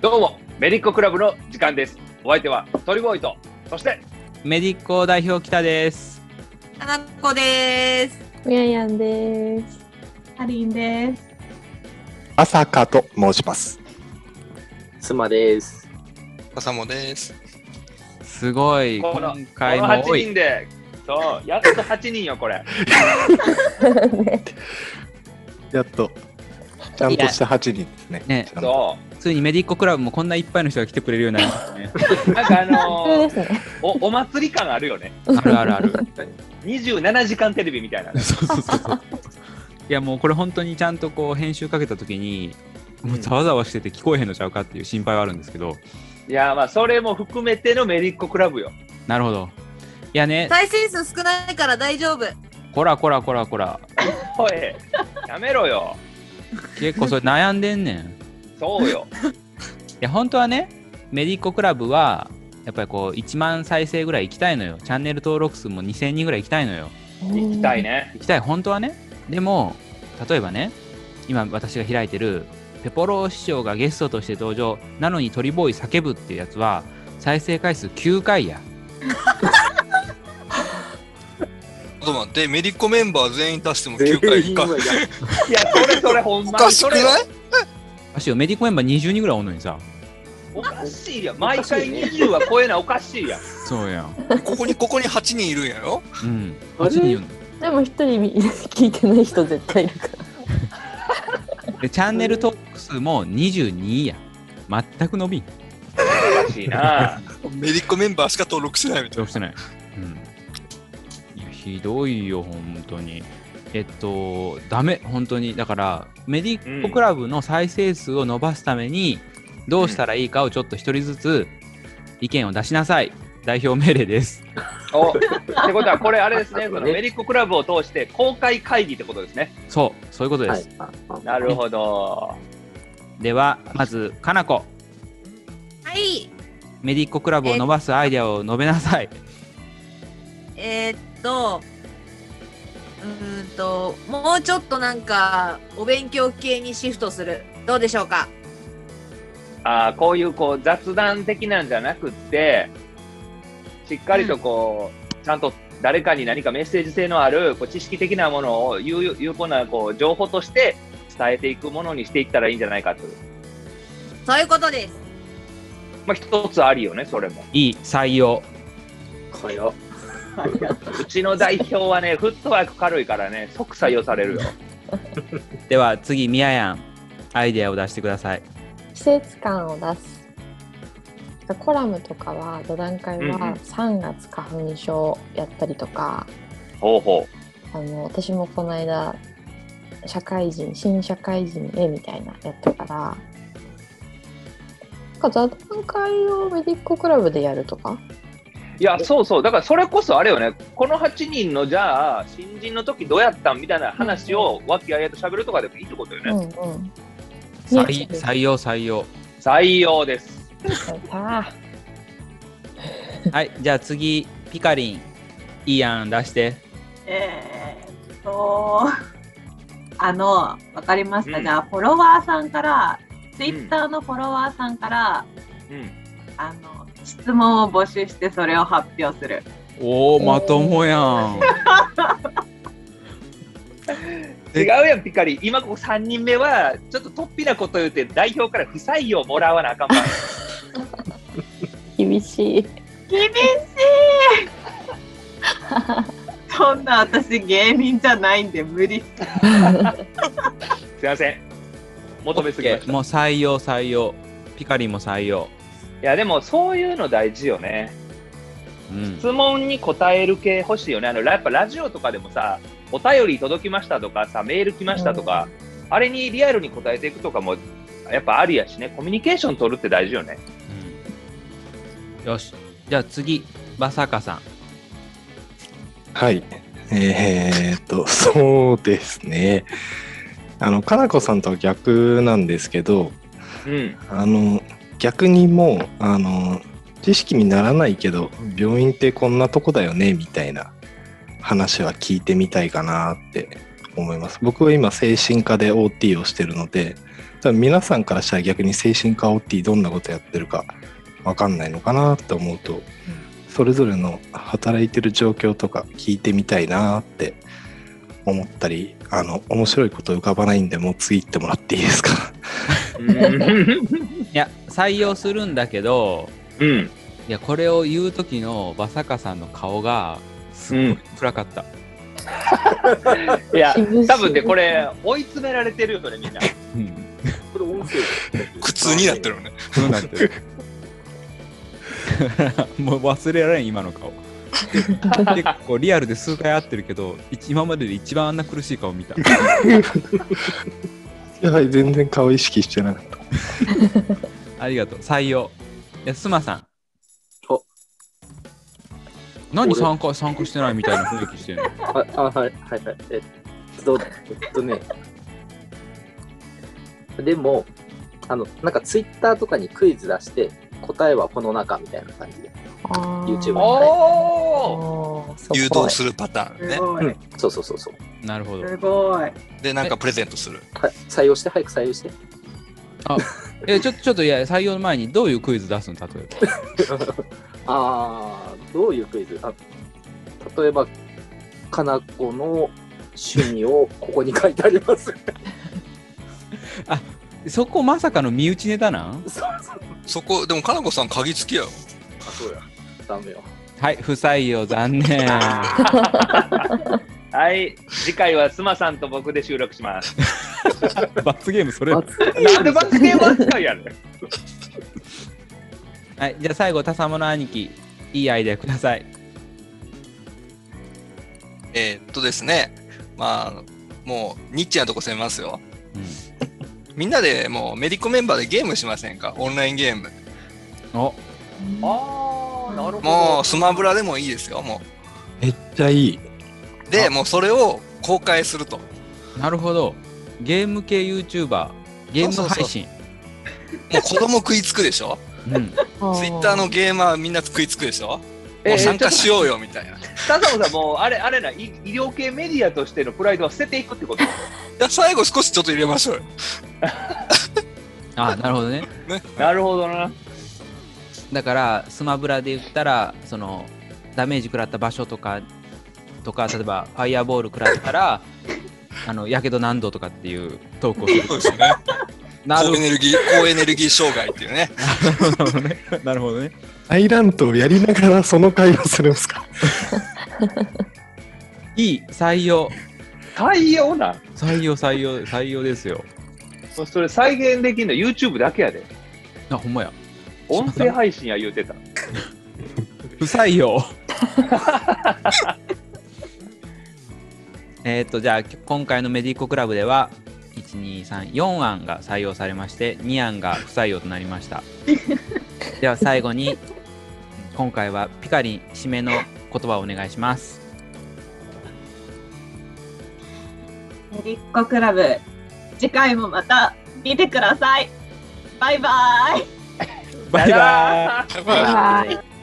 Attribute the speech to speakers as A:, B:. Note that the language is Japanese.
A: どうも、メリッコクラブの時間です。お相手は、鳥ボーイと、そして、
B: メディッコ代表北です。
C: かなこです。
D: みややんです。
C: かりんです。
E: 朝香と申します。
F: 妻です。
G: 笠もです。
B: すごい、
A: この
B: 今回
A: こ
B: も
A: の
B: 多
A: 8
B: い。
A: 人で、そう、やっと8人よ、これ。
E: やっと、ちゃんとした8人ですね。
B: ね
E: ちゃんと
A: そ
B: ついにメディッコクラブもこんないっぱいの人が来てくれるようになりましたね。
A: う、なんかあ
D: それ
A: の
D: で
A: ー、
D: すね。
A: おお祭り感あるよね。
B: あるあるある。
A: 27時間テレビみたいなね。
B: そうそうそうそう。いやもうこれ本当にちゃんとこう編集かけた時に、もうざわざわしてて聞こえへんのちゃうかっていう心配はあるんですけど。
A: いやー、まあ、それも含めてのメリッコクラブよ。
B: なるほど。いやね、
C: 再生数少ないから大丈夫。
B: こらこらこらこら。
A: おい、やめろよ。
B: 結構それ悩んでんねん。
A: そうよ。
B: いや本当はねメディコクラブはやっぱりこう1万再生ぐらい行きたいのよチャンネル登録数も2000人ぐらい行きたいのよ
A: 行きたいね。
B: 行きたい本当はねでも例えばね今私が開いてるペポロ師匠がゲストとして登場なのに鳥ボーイ叫ぶっていうやつは再生回数9回や
G: ちょっと待って、メディッコメンバー全員足しても9回か。
A: いや、それそれ、ほん
G: お
A: ま
G: か
A: に
G: し
A: そ
G: く
A: れよ。
G: ない
B: 私よメディコメンバー20人ぐらいおんのにさ
A: おかしいやん。毎回20は超えない、おかしいやん。
B: そうやん
G: ここに、ここに8人いるんやろ
B: うん8
D: あれ
B: 人いるの
D: でも一人 聞いてない人絶対いるから。
B: でチャンネル登録数も22や全く伸びん
A: おかしいな。
G: メディッコメンバーしか登録してないみたい
B: どうしてない。うん。いや、ひどいよ、本当に。えっと、ダメ、本当に。だから、メディッコクラブの再生数を伸ばすために、どうしたらいいかをちょっと一人ずつ意見を出しなさい。代表命令です。
A: おってことは、これあれですね、そのメリッコクラブを通して公開会議ってことですね。
B: そう、そういうことです。
A: なるほど。
B: では、まず、かなこ、
C: はい。
B: メディッコクラブを伸ばすアイデアを述べなさい。
C: えー、っと、うーんと、もうちょっとなんか、お勉強系にシフトする。どうでしょうか
A: あーこういうこう雑談的なんじゃなくって、しっかりとこう、ちゃんと誰かに何かメッセージ性のあるこう知識的なものを有有効なこう情報として伝えていくものにしていったらいいんじゃないかという、
C: そういうことです。
A: まあ、一つありよね、それも。
B: いい、採用。
F: かよ。
A: うちの代表はね、フットワーク軽いからね、即採用されるよ。
B: では、次、みややん、アイデアを出してください。
D: 季節感を出す。コラムとかは座談会
A: うんうん
D: は3月花粉症やったりとか、
A: ほうほ
D: あの私もこの間社会人新社会人へみたいなやったから。なんか座談会をメディッククラブでやるとか
A: う。いや、そうそう、だからそれこそあれよね、この8人のじゃあ、新人の時どうやったんみたいな話を和気あいあいと喋るとかでもいいってことよ
D: う
A: ね。
D: んうん。
B: 採採用、採用。
A: 採用です。
D: さあ
B: はい、じゃあ次、ピカリン、いいやん、出して。
H: えーっと、あの、わかりました。
A: うん
H: じゃあ、フォロワーさんから、ツイッターのフォロワーさんから、
A: うん
H: あの、質問を募集して、それを発表する。
B: おお、
D: まとも
B: やん。
A: 違うやん、ピカリ。今ここ3人目は、ちょっと突飛なこと言うて、代表から不採用もらわなあかんわ。
D: 厳しい。
H: 厳しい そんな私芸人じゃないんで無理。
A: すいません。求めすぎました。い
B: もう採用、採用。ピカリンも採用。
A: や、でもそういうの大事よね。
B: うん。
A: 質問に答える系欲しいよね。あの、やっぱラジオとかでもさ、お便り届きましたとかさ、メール来ましたとか、あれにリアルに答えていくとかも、やっぱありやしね、コミュニケーション取るって大事よね。
B: うんよし。じゃあ次、バサカさん。
E: はい。えーっと、そうですね。あの、かなこさんとは逆なんですけど、
A: うん。
E: あの、逆にもう、あの、知識にならないけど、病院ってこんなとこだよね、みたいな話は聞いてみたいかなって思います。僕は今、精神科で OT をしてるので、多分皆さんからしたら逆に精神科 OT どんなことやってるかわかんないのかなって思うと、それぞれの働いてる状況とか聞いてみたいなって思ったり、あの、面白いこと浮かばないんで、もう次行ってもらっていいですか。
B: いや、採用するんだけど、
A: うん。
B: いや、これを言う時のバサカさんの顔が、すっごい暗かった。
A: いや、
D: 厳しい
A: 多分ね、 これ、追い詰められてるよね、みんな。
B: うん。
F: これ音声
G: 苦痛になってるよね。
B: そうなってる。 もう忘れられん、今の顔。結構リアルで数回会ってるけど、一今までで一番あんな苦しい顔見た。
E: やはり全然顔意識してなかった。
B: ありがとう。採用。いや、すまさん。
F: お
B: 何
F: 俺
B: 参加、参加してないみたいな雰囲気 してんの
F: ああはいはいはいえっとえっとね でもあのなんかツイッターとかにクイズ出して答えはこの中みたいな感じで
D: あー
F: YouTube
A: おー
D: あーそこ
G: 誘導するパターン
H: す
G: ね。
H: ごい、
F: そうそうそうそう
B: なるほど。
H: すごい
G: で、なんかプレゼントする。
F: はい採用して早く採用して
B: え、ちょっと、ちょっと、いや、採用の前にどういうクイズ出すの例えば。
F: ああどういうクイズあ例えばかなこの趣味をここに書い てあります
B: そこまさかの身内ネタなん
F: そうそう
G: そこ、でも、かなこさん、鍵付きやよ。
F: あそうやダメよ
B: はい、不採用、残 念。
A: はい、次回はスマさんと僕で収録します。
B: 罰ゲーム、それ。は
A: なんで罰ゲーム扱いやねん。
B: い、じゃあ最後、タサモの兄貴、いいアイデアください。
G: えーっとですね、まあ、もう、ニッチなとこ攻めますよ。みんなでもう、メディコメンバーでゲームしませんかオンラインゲーム。
B: うん、お、
A: あー、なるほど。
G: もう、スマブラでもいいですよ、も
E: めっちゃいい。
G: う。で、もう、それを公開すると。
B: なるほど。ゲーム系 YouTuber、ゲーム配信。
G: もう、子供食いつくでしょ
B: うん。
D: あ
G: ツイッターのゲーマーみんな食いつくでしょ
A: えー
G: もう参加しようよみたいな。い
A: 笹野さん、もう、あれ、あれな、医医療系メディアとしてのプライドは捨てていくって こと
G: や最後少しちょっと入れましょうよ。
B: あ、なるほどね。
A: なるほどな。
B: だからスマブラで言ったらそのダメージ食らった場所とかとか例えばファイヤーボール食らった らあのやけど何度とかっていうトークをす る
G: そうですよね。
B: な
G: 高
B: る
G: エネルギー、高エネルギー障害っていうね。
B: ほどね なるほどね
E: アイラントをやりながらその会話するんですか
B: いい採用
A: 採用なん。
B: 採用採用採用ですよ
A: もうそれ再現できんの YouTube だけやで。
B: あほんまや
A: 音声配信や言うてた。
B: 不採用 えっとじゃあ今回のメディコクラブでは1234案が採用されまして2案が不採用となりま したでは最後に今回はピカリン締めの言葉をお願いします
H: メリッコクラブ次回もまた見てくださいバイバイ
A: バイバイ。
D: バイバイ